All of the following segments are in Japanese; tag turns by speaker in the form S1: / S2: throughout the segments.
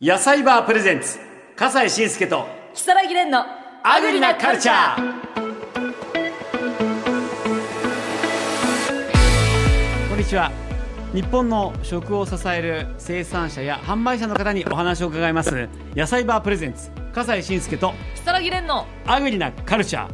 S1: 野菜バープレゼンツ笠西慎介と
S2: 木更木蓮の
S1: アグリなカルチャーこんにちは日本の食を支える生産者や販売者の方にお話を伺います野菜バープレゼンツ笠西慎介と
S2: 木更木蓮の
S1: アグリなカルチャー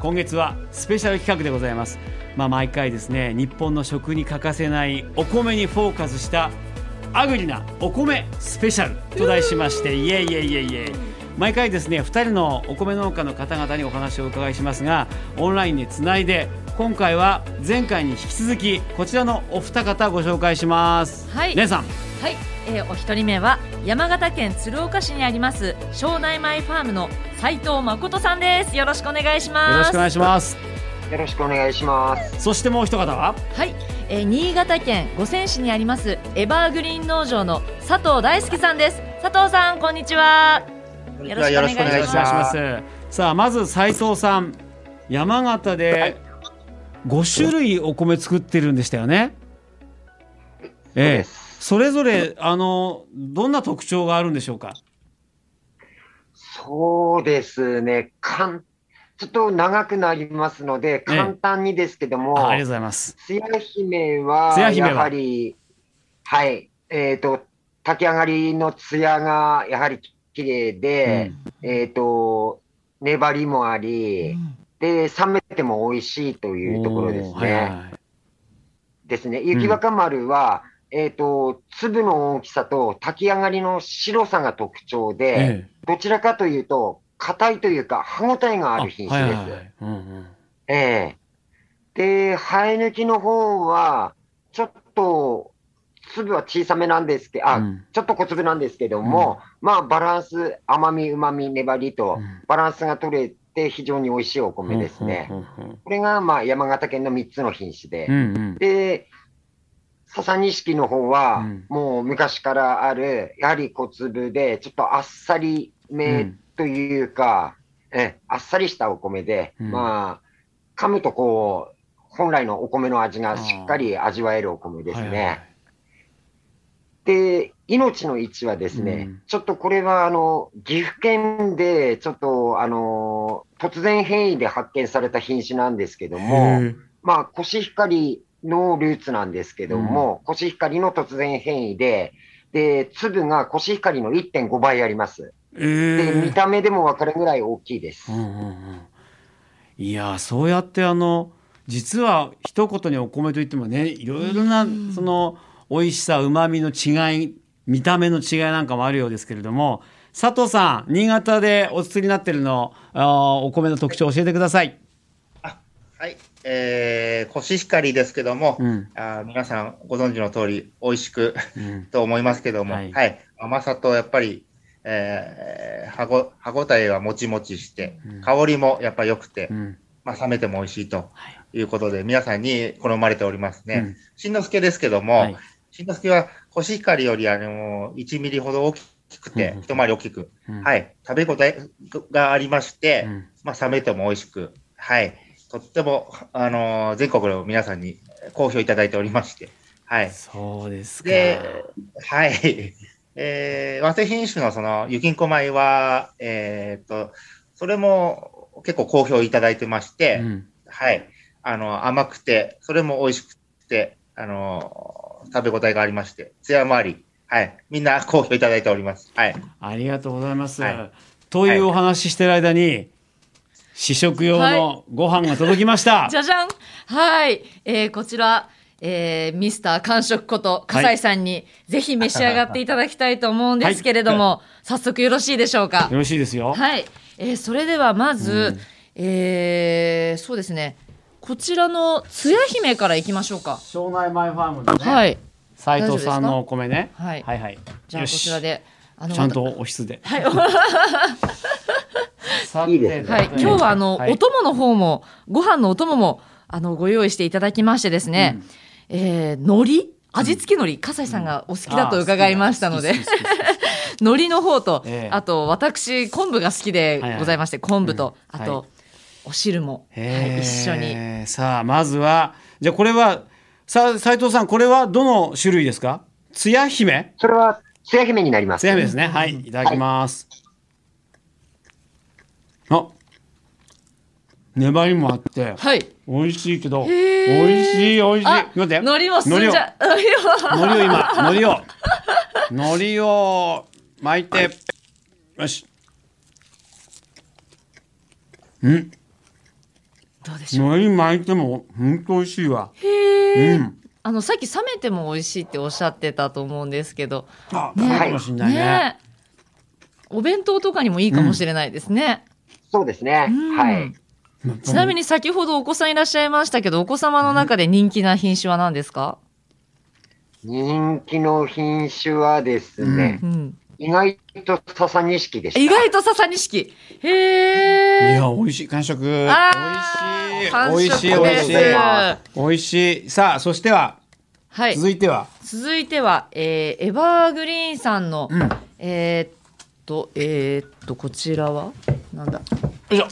S1: 今月はスペシャル企画でございますまあ毎回ですね日本の食に欠かせないお米にフォーカスしたアグリなお米スペシャルと題しましていえいえいえいえ毎回ですね2人のお米農家の方々にお話をお伺いしますがオンラインでつないで今回は前回に引き続きこちらのお二方ご紹介します。
S2: はい
S1: 姉さん
S2: はい、えーお一人目は山形県鶴岡市にあります庄内米ファームの斉藤誠さんですよろしくお願いします
S1: よろしくお願いします。
S3: よろしくお願いします。
S1: そしてもう一方は
S2: はい、えー新潟県五泉市にありますエバーグリーン農場の佐藤大輔さんです佐藤さんこんにちはよろしくお願いし
S3: よろしくお願
S1: お
S3: い
S2: ま
S3: し
S2: す
S1: 願いします。さあまず斉藤さん、山形で5種類お米作ってるんでしたよね。ええ、それぞれあのどんな特徴があるんでしょうか。
S3: そうですね。かん、ちょっと長くなりますので、
S1: ええ
S3: 簡単にですけども、
S1: あありがとうございます。
S3: つや姫は、
S1: つや姫は
S3: やはり、はい、えっ、と、炊き上がりのつやがやはり綺麗で、えっ、と、粘りもあり、で、冷めても美味しいと
S1: と
S3: いうところですね。
S1: はいはい
S3: ですね。雪若丸は、えっ、と、粒の大きさと炊き上がりの白さが特徴で、
S1: ええ
S3: どちらかというと、硬いというか、歯応えがある品種です。
S1: はいはいはいうんうん
S3: ええで、生え抜きの方は、ちょっと、粒は小さめなんですけど、あ、
S1: うん
S3: ちょっと小粒なんですけども、まあ、バランス、甘み、旨み、粘りと
S1: う、ん
S3: バランスが取れて、非常に美味しいお米ですね。
S1: うん
S3: これが、まあ、山形県の3つの品種で。
S1: うんうん
S3: で、笹錦の方は、
S1: うん
S3: もう昔からある、やはり小粒で、ちょっとあっさりめというか、えあっさりしたお米で、
S1: うん
S3: まあ、噛むとこう、本来のお米の味がしっかり味わえるお米ですね。
S1: はいはいはい
S3: で、命の位置はですね、
S1: うん
S3: ちょっとこれは、あの、岐阜県で、ちょっと、あの、突然変異で発見された品種なんですけども、
S1: へえ
S3: まあ、コシヒカリのルーツなんですけども、コシヒカリの突然変異で、で、粒がコシヒカリの1.5倍あります。で、
S1: ええ
S3: 見た目でもわかるぐらい大きいです
S1: うん。うんうんいやーそうやってあの実は一言にお米といってもねいろいろなその美味しさうまみの違い見た目の違いなんかもあるようですけれども佐藤さん新潟でお作りになってるのあーお米の特徴教えてください。
S4: はい、えー、コシヒカリですけども、
S1: うん
S4: あー皆さんご存知の通り、美味しく
S1: うん
S4: と思いますけども、
S1: は
S4: はいい、甘さとやっぱり、えー、歯ご歯ごたえはもちもちして、
S1: うん
S4: 香りもやっぱ良くて、
S1: うん
S4: まあ、冷めても美味しいと
S1: はい
S4: いうことで、皆さんに好まれております
S1: う
S4: ね
S1: ん。
S4: しんのすけですけども、
S1: はい
S4: しんのすけはコシヒカリよりあの1ミリほど大きく
S1: うん
S4: て
S1: うん、
S4: 一回り大きく、
S1: うん
S4: はい、食べ応えがありまして、
S1: うん
S4: まあ、冷めても美味しく、はい、とっても、あのー全国の皆さんに好評いただいておりまして、はい。
S1: そうですか。
S4: で、はい。 えー、和製品種のその、ゆきんこ米は、えーっと、それも結構好評いただいてまして、
S1: うん
S4: はい。あの、甘くて、それも美味しくて、あのー食べ応えがありまして、艶もあり、はい。みんな 好評いただいております。はい。
S1: ありがとうございます。
S4: はい
S1: というお話ししてる間に試食用のご飯が届きました。
S2: じゃじゃんはい、えーこちら、えーミスター完食こと笠井さんに、ぜひ召し上がっていただきたいと思うんですけれども、 早速よろしいでしょうか
S1: よろしいですよ。
S2: はい、えーそれではまず、えーそうですねこちらのつや姫からいきましょうか、
S1: 庄内マイファームのね、
S2: はい
S1: 斉藤さんのお米ね。
S2: 大丈夫ですか
S1: は
S2: はい
S1: はい。
S2: じゃあ
S1: よ
S2: こ
S1: し
S2: ちらであ
S1: ちゃんとおひつで。 はい。
S3: いいですね
S2: はい、今日はあの、
S1: はい
S2: お供の方もご飯のお供もあのご用意していただきましてですね、えー海苔味付き海苔笠井さんがお好きだと伺いましたので、
S1: あー好きだ好き好き好き
S2: 海苔の方と、
S1: ええ
S2: あと私昆布が好きでございまして、昆布と、
S1: うん
S2: あと、
S1: は
S2: お汁も、はい
S1: へー
S2: 一緒に。
S1: さあまずはじゃあこれはさ斉藤さんこれはどの種類ですか？つや姫？
S3: それは、つや姫になります。
S1: つやめですね。はい、いただきます。あ、粘りもあって、
S2: はい。
S1: 美味しいけど、美
S2: へー
S1: 味しい美味しい。
S2: あ、
S1: 待って
S2: 海苔もすんじゃ、海苔
S1: 海
S2: は。
S1: 苔を今、海苔を、海苔を巻いて、よし。うん、
S2: どうでしょう。
S1: 海苔巻いても本当美味しいわ。
S2: へえ、
S1: うん
S2: あの、さっき冷めても美味しいっておっしゃってたと思うんですけど。
S1: あ、そうかもしんないね。
S2: えお弁当とかにもいいかもしれないですね。
S3: そうですね。
S2: うん
S3: はい。
S2: ちなみに先ほどお子さんいらっしゃいましたけど、お子様の中で人気な品種は何ですか、
S3: 人気の品種はですね
S2: う、ん、
S3: 意外と笹錦でした。
S2: 意外と笹錦。
S1: い
S2: へえ。
S1: や、美味しい完食。美
S2: あー
S1: 味しい。美
S2: 完食
S1: 味
S2: で
S1: し
S2: す
S1: い、美味しい。美味しい。さあ、そしては、
S2: はい。
S1: 続いては、
S2: 続いては、えーエバーグリーンさんの、
S1: うん。よ
S2: えーっと、えーっと、こちらはなんだ
S1: いしょ。こ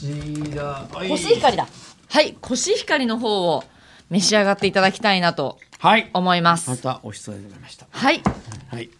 S1: ちら、はい
S2: コシヒカリだ。はい、コシヒカリの方を召し上がっていただきたいなと
S1: はい。
S2: 思いま。
S1: ますた、おしそうでございました。
S2: はい。
S1: はい。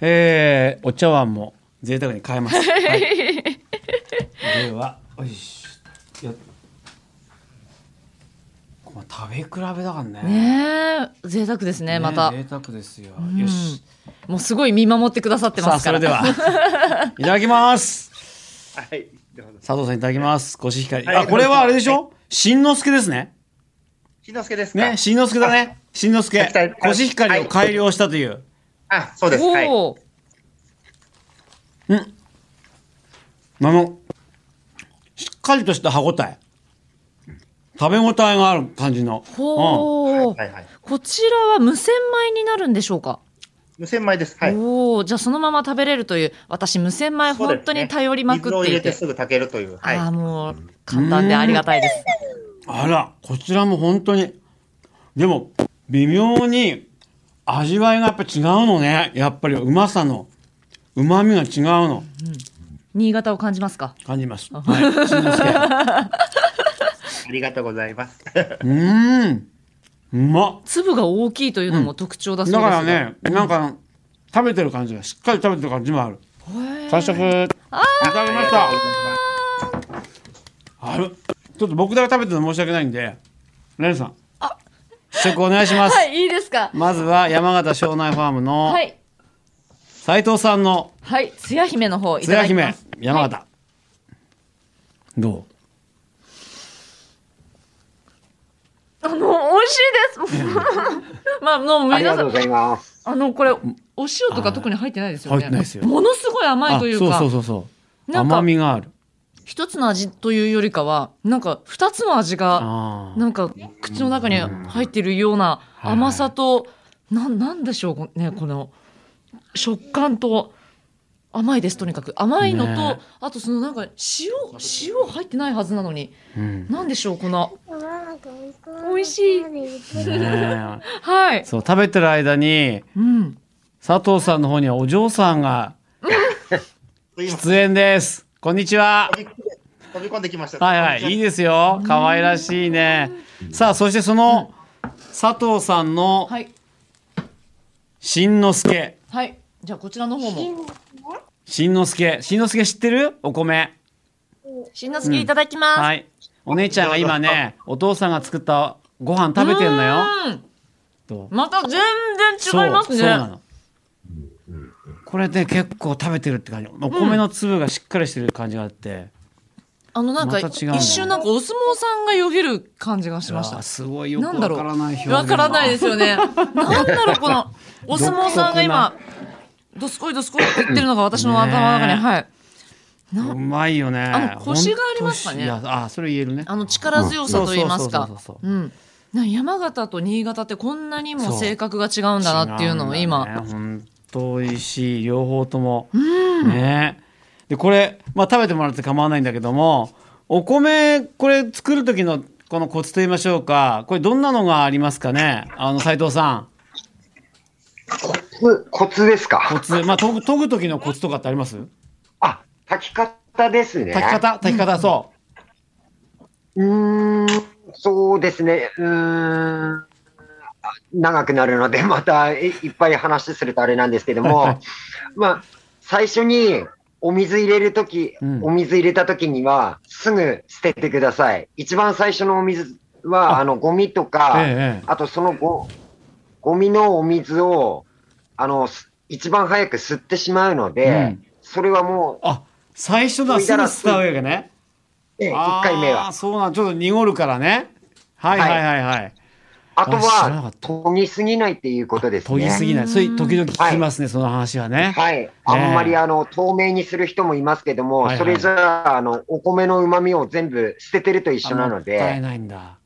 S1: えー、お茶碗も贅沢に買えます。はい、では、おいしょ。よっこれ食べ比べだからね。
S2: ねえ、贅沢ですね、
S1: ね
S2: また。
S1: 贅沢ですよ。よし。
S2: もうすごい見守ってくださって
S1: さ
S2: ま
S1: あ、
S2: すか
S1: それ
S2: ら。
S1: では、 いただきます。
S4: はい。どうぞ
S1: 佐藤さんいただきます。コシヒカリ。
S4: はい
S1: あ、これはあれでしょしんのすけですね。
S4: しんのすけですか
S1: ね、しんのすけだね。しんのすけ
S4: はい。
S1: コシヒカリを改良したという。
S4: あ、そうです。はい。
S2: おお、
S1: うん。あの、しっかりとした歯ごたえ。食べ応えがある感じの。うん。
S2: ほう、
S4: はいはい。
S2: こちらは無洗米になるんでしょうか。
S4: 無洗米です。はい。
S2: おお、じゃあそのまま食べれるという、私無洗米
S4: そうです
S2: 本当に頼りまくって
S4: ね、水を入れ
S2: いて。
S4: てすぐ炊けるという。はい。
S2: ああ、もう簡単でありがたいです。
S1: あら、こちらも本当に。でも、微妙に味わいがやっぱ違うのね。やっぱりうまさの、うまみが違うの。
S2: 新潟を感じますか。
S1: 感じます。はい。しんのすけ。
S4: ありがとうございます。
S1: うーん。うまっ。
S2: 粒が大きいというのも特徴だそう
S1: だ
S2: ですが。
S1: からね、なんか、食べてる感じが、しっかり食べてる感じもある。
S2: へー。
S1: 完食。いただきました。あれ、ちょっと僕だけ食べてるの申し訳ないんで、レンさん。試食お願いします。
S2: はい、いいですか。
S1: まずは山形庄内ファームの
S2: はい、
S1: 斉藤さんの
S2: はい、つや姫の方い
S1: つ
S2: た
S1: や
S2: だき
S1: 姫
S2: ます。
S1: 山形、ど
S2: あの、美味しいです。 まあ、もう、
S3: あり
S2: 皆
S3: が
S2: さ
S3: とうんご、ざいます。
S2: あの、これ、お塩とか特に入ってないですよね。
S1: 入ってないですよ
S2: ものすごいう甘いというか、
S1: そうそうそうそう
S2: なんか
S1: 甘みがある
S2: 一つの味というよりかは、なんか二つの味が、
S1: あー
S2: なんか口の中に入ってるような
S1: はい
S2: 甘さと、なん、なんでしょうね、この食感と、甘いです、とにかく。甘いのと、
S1: ね
S2: あとそのなんか塩、塩入ってないはずなのに、
S1: うん
S2: なんでしょう、この、
S5: 美
S2: 味しい
S1: ねえ
S2: はい。
S1: そう食べてる間に
S2: うん。
S1: 佐藤さんの方にはお嬢さんが
S4: すいません
S1: 出演です。こんにちは。
S4: 飛び込んで飛び込んできました。
S1: はいはい、いいですよ。可愛らしいね。さあ、そしてその佐藤さんの
S2: はい。
S1: しんのすけ。
S2: はい。じゃあ、こちらの方も。
S1: しんのすけ。しんのすけ知ってるお米。
S2: しんのすけいただきます。
S1: はい。お姉ちゃんが今ね、お父さんが作ったご飯食べてんのよ。
S2: うん
S1: と
S2: また全
S1: そう
S2: 然違いますね。
S1: そうなの。これで結構食べてるって感じ。お米の粒がしっかりしてる感じがあって。
S2: あのなん
S1: ま
S2: か、
S1: た違うの
S2: 一瞬なんかお相撲さんがよぎる感じがしま
S1: う
S2: し
S1: わ
S2: た
S1: ー。すごいよく
S2: なん
S1: わ
S2: だろう。
S1: からない表現。
S2: わからないですよね。なんだ ろうこのお相撲さんが今どすこいどすこいって言ってるのが私の頭の中に、
S1: ねえ
S2: はい。
S1: うまいよね。
S2: あのコシがありますかね
S1: ほんといやあ、それ言えるね。
S2: あの力強さと言います
S1: うんそう
S2: か
S1: そうそうそう。
S2: うん。な山形と新潟ってこんなに
S1: そ
S2: も
S1: う
S2: 性格が違うんだなっていうのを今。
S1: 違うんだね本当美味しい両方とも、ねでこれ、まあ、食べてもらって構わないんだけどもお米これ作る時のこのコツと言いましょうかこれどんなのがありますかねあの斉藤さん
S3: コツコツです
S1: コ
S3: か
S1: ツまあ研ぐ研ぐ時のコツとかってあります
S3: あ、炊き方ですね。
S1: 炊き方炊き方そう
S3: ーん、そうですね。うーん。長くなるので、 またいいっぱい話するとあれなんですけ ども、まあ、最初にお水入れるとき、
S1: うん
S3: お水入れたときには、すぐ捨ててください。一番最初のお水は、
S1: あ
S3: あの、ゴミとか、
S1: ええ
S3: あとそのご、ゴミのお水を、あの、す一番早く吸ってしまうので、
S1: うん
S3: それはもう、
S1: あ最初のはすぐスターウェイがね。
S3: ええ
S1: あ
S3: 1
S1: ー
S3: 回目は。
S1: そうなん、ちょっと濁るからね。はいはいはいはい。
S3: あと
S1: あ知らなか
S3: は
S1: っ、た
S3: 研ぎすぎないっていうことですね。
S1: 研ぎすぎない。それ時々聞きますね、その話はね。
S3: はい、あんまりあの透明にする人もいますけども、
S1: はいはい
S3: それじゃああのお米の旨味を全部捨ててると一緒なの
S1: あもったい
S3: で、
S1: ないんだ。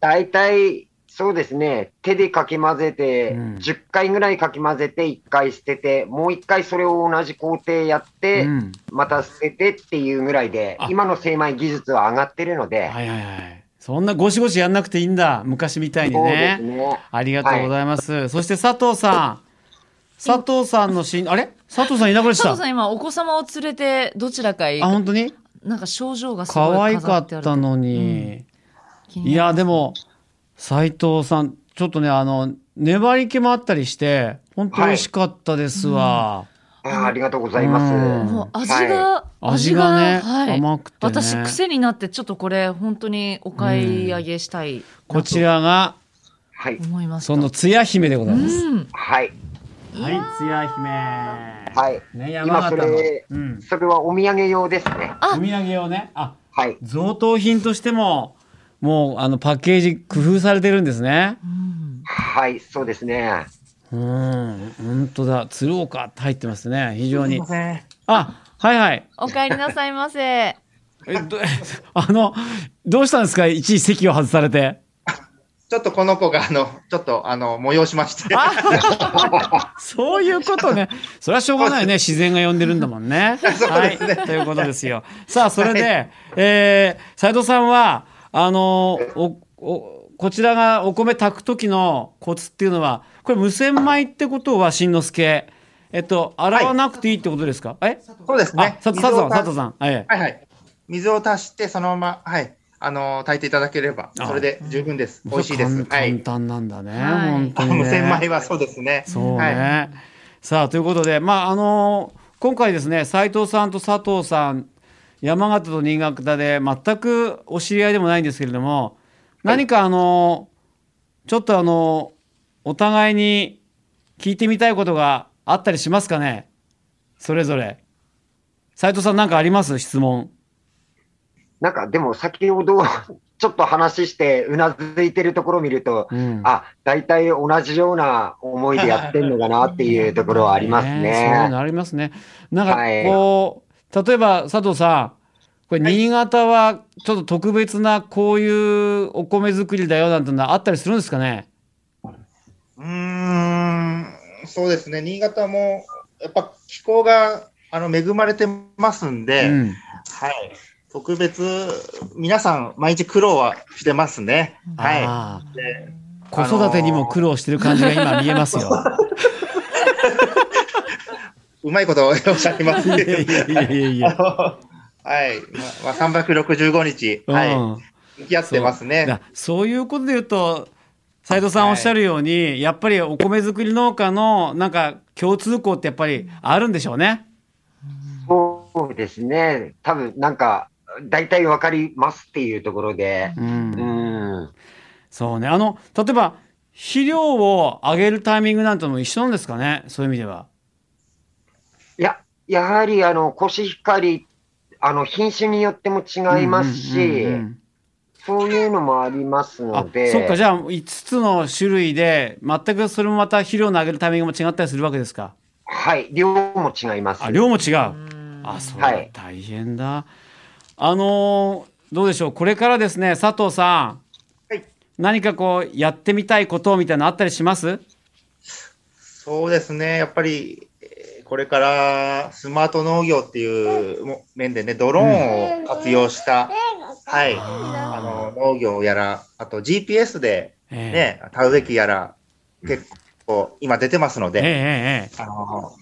S3: 大体そうですね、手でかき混ぜて、
S1: うん
S3: 10回ぐらいかき混ぜて、1回捨てて、もう1回それを同じ工程やって、
S1: うん。
S3: また捨ててっていうぐらいで
S1: あ、
S3: 今の精米技術は上がってるので、
S1: はいはいはい。そんなゴシゴシやんなくていいんだ。昔みたいに
S3: そうで
S1: ね
S3: す。ね。
S1: ありがとうございます。そして佐藤さん。佐藤さんのしん、あれ佐藤さんいなくなっち
S2: 佐
S1: ゃっ
S2: 藤さ
S1: た。
S2: ん今お子様を連れてどちらかへ
S1: あ、本当に
S2: なんか症状がすごい
S1: 可愛
S2: 飾
S1: か
S2: っ
S1: って
S2: ある
S1: たのに。
S2: 気に
S1: い
S2: なる
S1: や、でも、斉藤さん、ちょっとね、あの、粘り気もあったりして、本当美味しかったですわ。
S3: あーありがとうございます。
S1: うん
S2: もう味が、
S1: 味がね、
S2: はい
S1: 甘くてね。
S2: 私癖になってちょっとこれ本当にお買い上げしたい
S1: こち
S2: ら
S1: らが、
S3: はい、
S2: 思いました
S1: その、つや姫でござ
S2: う
S1: います。
S2: ん、
S3: はい、
S1: はい、つや姫。
S3: はい。
S1: ね、山
S3: 今そ
S1: 形の。
S3: れ、
S1: うん。
S3: それはお土産用ですね。
S1: お土産をね、あ、
S3: はい。
S1: 贈答品としても、もう、あの、パッケージ工夫されてるんですね。
S2: うん
S3: はい、そうですね。
S1: うん、本当だ。鶴岡って入ってますね。非常
S4: すい
S1: に
S4: ま。せん。
S1: あ、はいはい。
S2: お帰りなさいま せ
S1: えど あの、どうしたんですか一時席を外されて。
S4: ちょっとこの子が、あの、ちょっと、あの、催しまして。
S1: そういうことね。それはしょうがないね。自然が呼んでるんだもんね。はい。ということですよ。さあ、それで、えー、斉藤さんは、あのお、お、こちらがお米炊く時のコツっていうのは、これ無洗米ってことは、しんのすけ。えっと、洗わなくていいってことですか、え
S4: そうです
S1: あ
S4: ね、。
S1: 佐藤さん、
S4: 水を足
S1: 佐藤さん。はい。
S4: はいはい。水を足して、そのまま、はい。あの、炊いていただければ、
S1: あ
S4: それで十分です。美味しいです。
S1: 簡
S4: は
S1: 簡
S4: い。
S1: 単なんだね。
S2: はい
S1: 本当
S4: あ
S1: に、ね。
S4: の、千枚はそうですね。
S1: そうね。
S4: はい。
S1: さあということで、まああの今回ですね斉藤さんと佐藤さん山形と新潟で全くお知り合いでもないんですけれども何かあの、ちょっとあのお互いに聞いてみたいことがあったりしますかねそれぞれ斉藤さん何かあります質問
S3: なんかでも先ほど ちょっと話してうなずいてるところを見ると、
S1: うん
S3: あ、大体同じような思いでやってんのかなっていうところはあります
S1: そういう
S3: ね。
S1: のありますね。なんか
S3: はい
S1: こう、例えば佐藤さん、これ新潟はちょっと特別なこういうお米作りだよなんてのはあったりするんですかね。
S4: うーん、そうですね。新潟も、やっぱ気候が、あの、恵まれてますんで、
S1: うん
S4: はい。特別、皆さん、毎日苦労はしてますね。は
S1: あ
S4: い。で
S1: あ子育てにも苦労してる感じが今見えます よ。
S4: うまいことおっしゃいます
S1: いや いやいやいや。
S4: はい。まあ、365日、
S1: うん
S4: はい。付き合ってますね。
S1: だそういうことで言うと斉藤さんおっしゃるように、やっぱりお米作り農家のなんか共通項ってやっぱりあるんでしょうね。
S3: そうですね。多分なんか、大体わかりますっていうところで。
S1: うん
S3: うん。
S1: そうね。あの、例えば、肥料を上げるタイミングなんてのも一緒なんですかねそういう意味では。
S3: いや、やはりあの、コシヒカリ、あの、品種によっても違いますし
S1: うんうんうんう、ん
S3: そういうのもあります
S1: あ
S3: の、で。
S1: そっか、じゃあ5つの種類で、全くそれもまた肥料の上げるタイミングも違ったりするわけですか
S3: はい、量も違います。
S1: あ、量も違う。あ、そうだ、
S3: はい
S1: 大変だ。あのーどうでしょうこれからですね、佐藤さん。
S4: はい
S1: 何かこう、やってみたいことみたいなのあったりします
S4: そうですね、やっぱり、えーこれからスマート農業っていうも面でね、ドローンを活用した、はい、あの農業やら、あと GPS で、
S1: え
S4: ね、田植え機やら、結構今出てますの
S1: えええ
S4: で、
S1: ええ
S4: あの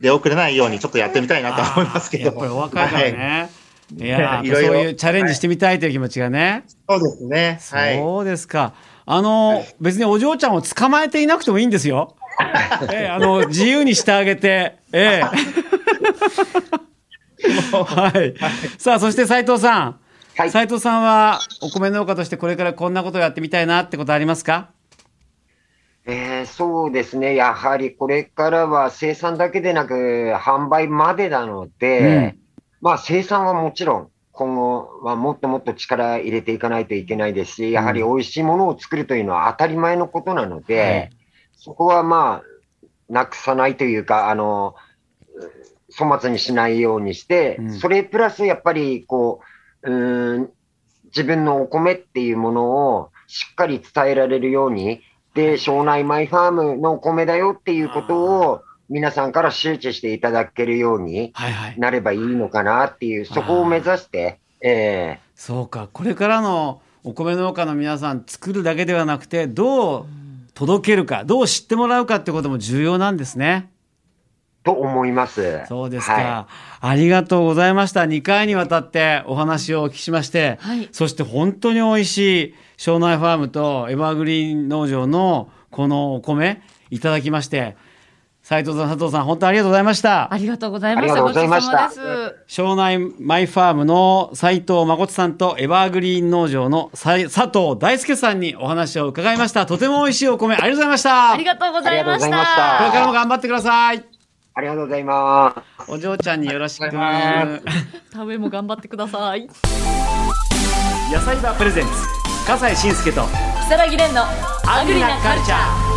S4: 出遅れないようにちょっとやってみたいなと思いますけど
S1: やっぱりお若いから
S4: はい
S1: ね。いやー
S4: いろい
S1: そ
S4: ろ
S1: ういうチャレンジしてみたいという気持ちがね。
S4: そうですね、はい。
S1: そうですか。あの、別にお嬢ちゃんを捕まえていなくてもいいんです よ。ええ、あの、自由にしてあげて、ええ。 はい。さあ、そして斉藤さん。
S3: はい
S1: 斉藤さんは、お米農家としてこれからこんなことをやってみたいなってことありますか
S3: えーそうですね、やはりこれからは生産だけでなく、販売までなので、まあ、生産はもちろん、今後はもっともっと力入れていかないといけないですし、やはり美味しいものを作るというのは当たり前のことなので、
S1: はい
S3: そこはまあ、なくさないというか、あの粗末にしないようにして、
S1: うん
S3: それプラスやっぱりこう、うーん、自分のお米っていうものをしっかり伝えられるように、で、庄内マイファームのお米だよっていうことを皆さんから周知していただけるように
S1: はいはい。
S3: なればいいのかなっていう、そこを目指して、え
S1: そうか。これからのお米農家の皆さん、作るだけではなくて、どう届けるか、どう知ってもらうかってことも重要なんですね。
S3: ーと思います。
S1: そうですか、
S3: は
S1: ありがとうございました。2回にわたってお話をお聞きしまして、
S2: はい
S1: そして本当に美味しい庄内ファームとエバーグリーン農場のこのお米いただきまして、斉藤さん、佐藤さん、本当にありがとうございました
S2: あ。りがとうございまし
S3: ありが
S2: た。
S3: とうございました
S2: ごちそうさまです。
S1: 庄内マイファームの斉藤誠さんとエバーグリーン農場のさい佐藤大輔さんにお話を伺いました。とても美味しいお米、ありがとうございました。
S2: ありがとうございまし
S3: ありがとうございました
S2: た。
S1: これからも頑張ってください。
S3: ありがとうございます。
S1: お嬢ちゃんによろしく。
S4: ありがとうござい
S2: 田植えも頑張ってください。
S1: 野菜バープレゼンツ笠西慎介と
S2: 草薙蓮のアグリなカルチャー。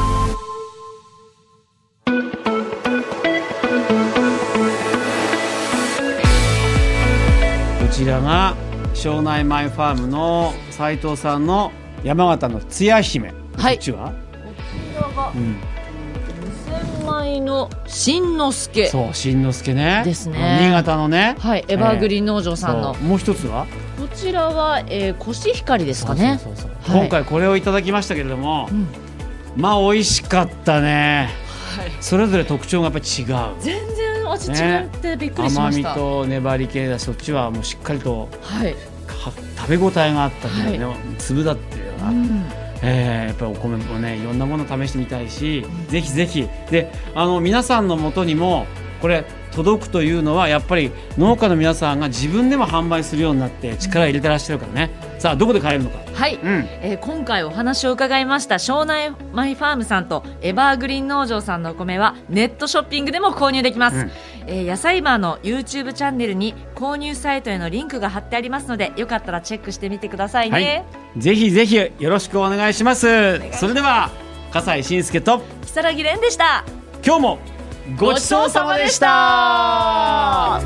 S1: こちらが庄内マイファームの斉藤さんの山形のつや姫
S2: はい
S1: こっちは、
S2: こちらが
S1: うん、
S2: 千枚のしんのすけ。
S1: そう新之助ね
S2: ですね
S1: 新潟のね
S2: はい、エバーグリーン農場さんの
S1: そ。うもう一つは
S2: こちらは、えー、コシヒカリですかね。
S1: そうそうそうそう
S2: はい
S1: 今回これをいただきましたけれども、
S2: うん
S1: まあ美味しかったね
S2: はい。
S1: それぞれ特徴がやっぱり違う
S2: 全然味違ってびっくりしま
S1: 甘
S2: し
S1: み
S2: た。
S1: と粘り系だしそっちはもうしっかりと
S2: はい。
S1: か食べ応えがあったんだよね、粒だっていうのがあって
S2: うん
S1: えーやっぱりお米もねいろんなもの試してみたいし、ぜひぜひであの皆さんのもとにもこれ届くというのはやっぱり農家の皆さんが自分でも販売するようになって力入れてらっしゃるからね、さあどこで買えるのか、
S2: はい。
S1: うん、
S2: えー今回お話を伺いました庄内マイファームさんとエバーグリーン農場さんのお米はネットショッピングでも購入できます、
S1: うん
S2: えー野菜バーの YouTube チャンネルに購入サイトへのリンクが貼ってありますのでよかったらチェックしてみてくださいね、
S1: はいぜひぜひよろしくお願いしますそれでは笠西慎介と
S2: 如月蓮でした
S1: 今日もごちそうさまでした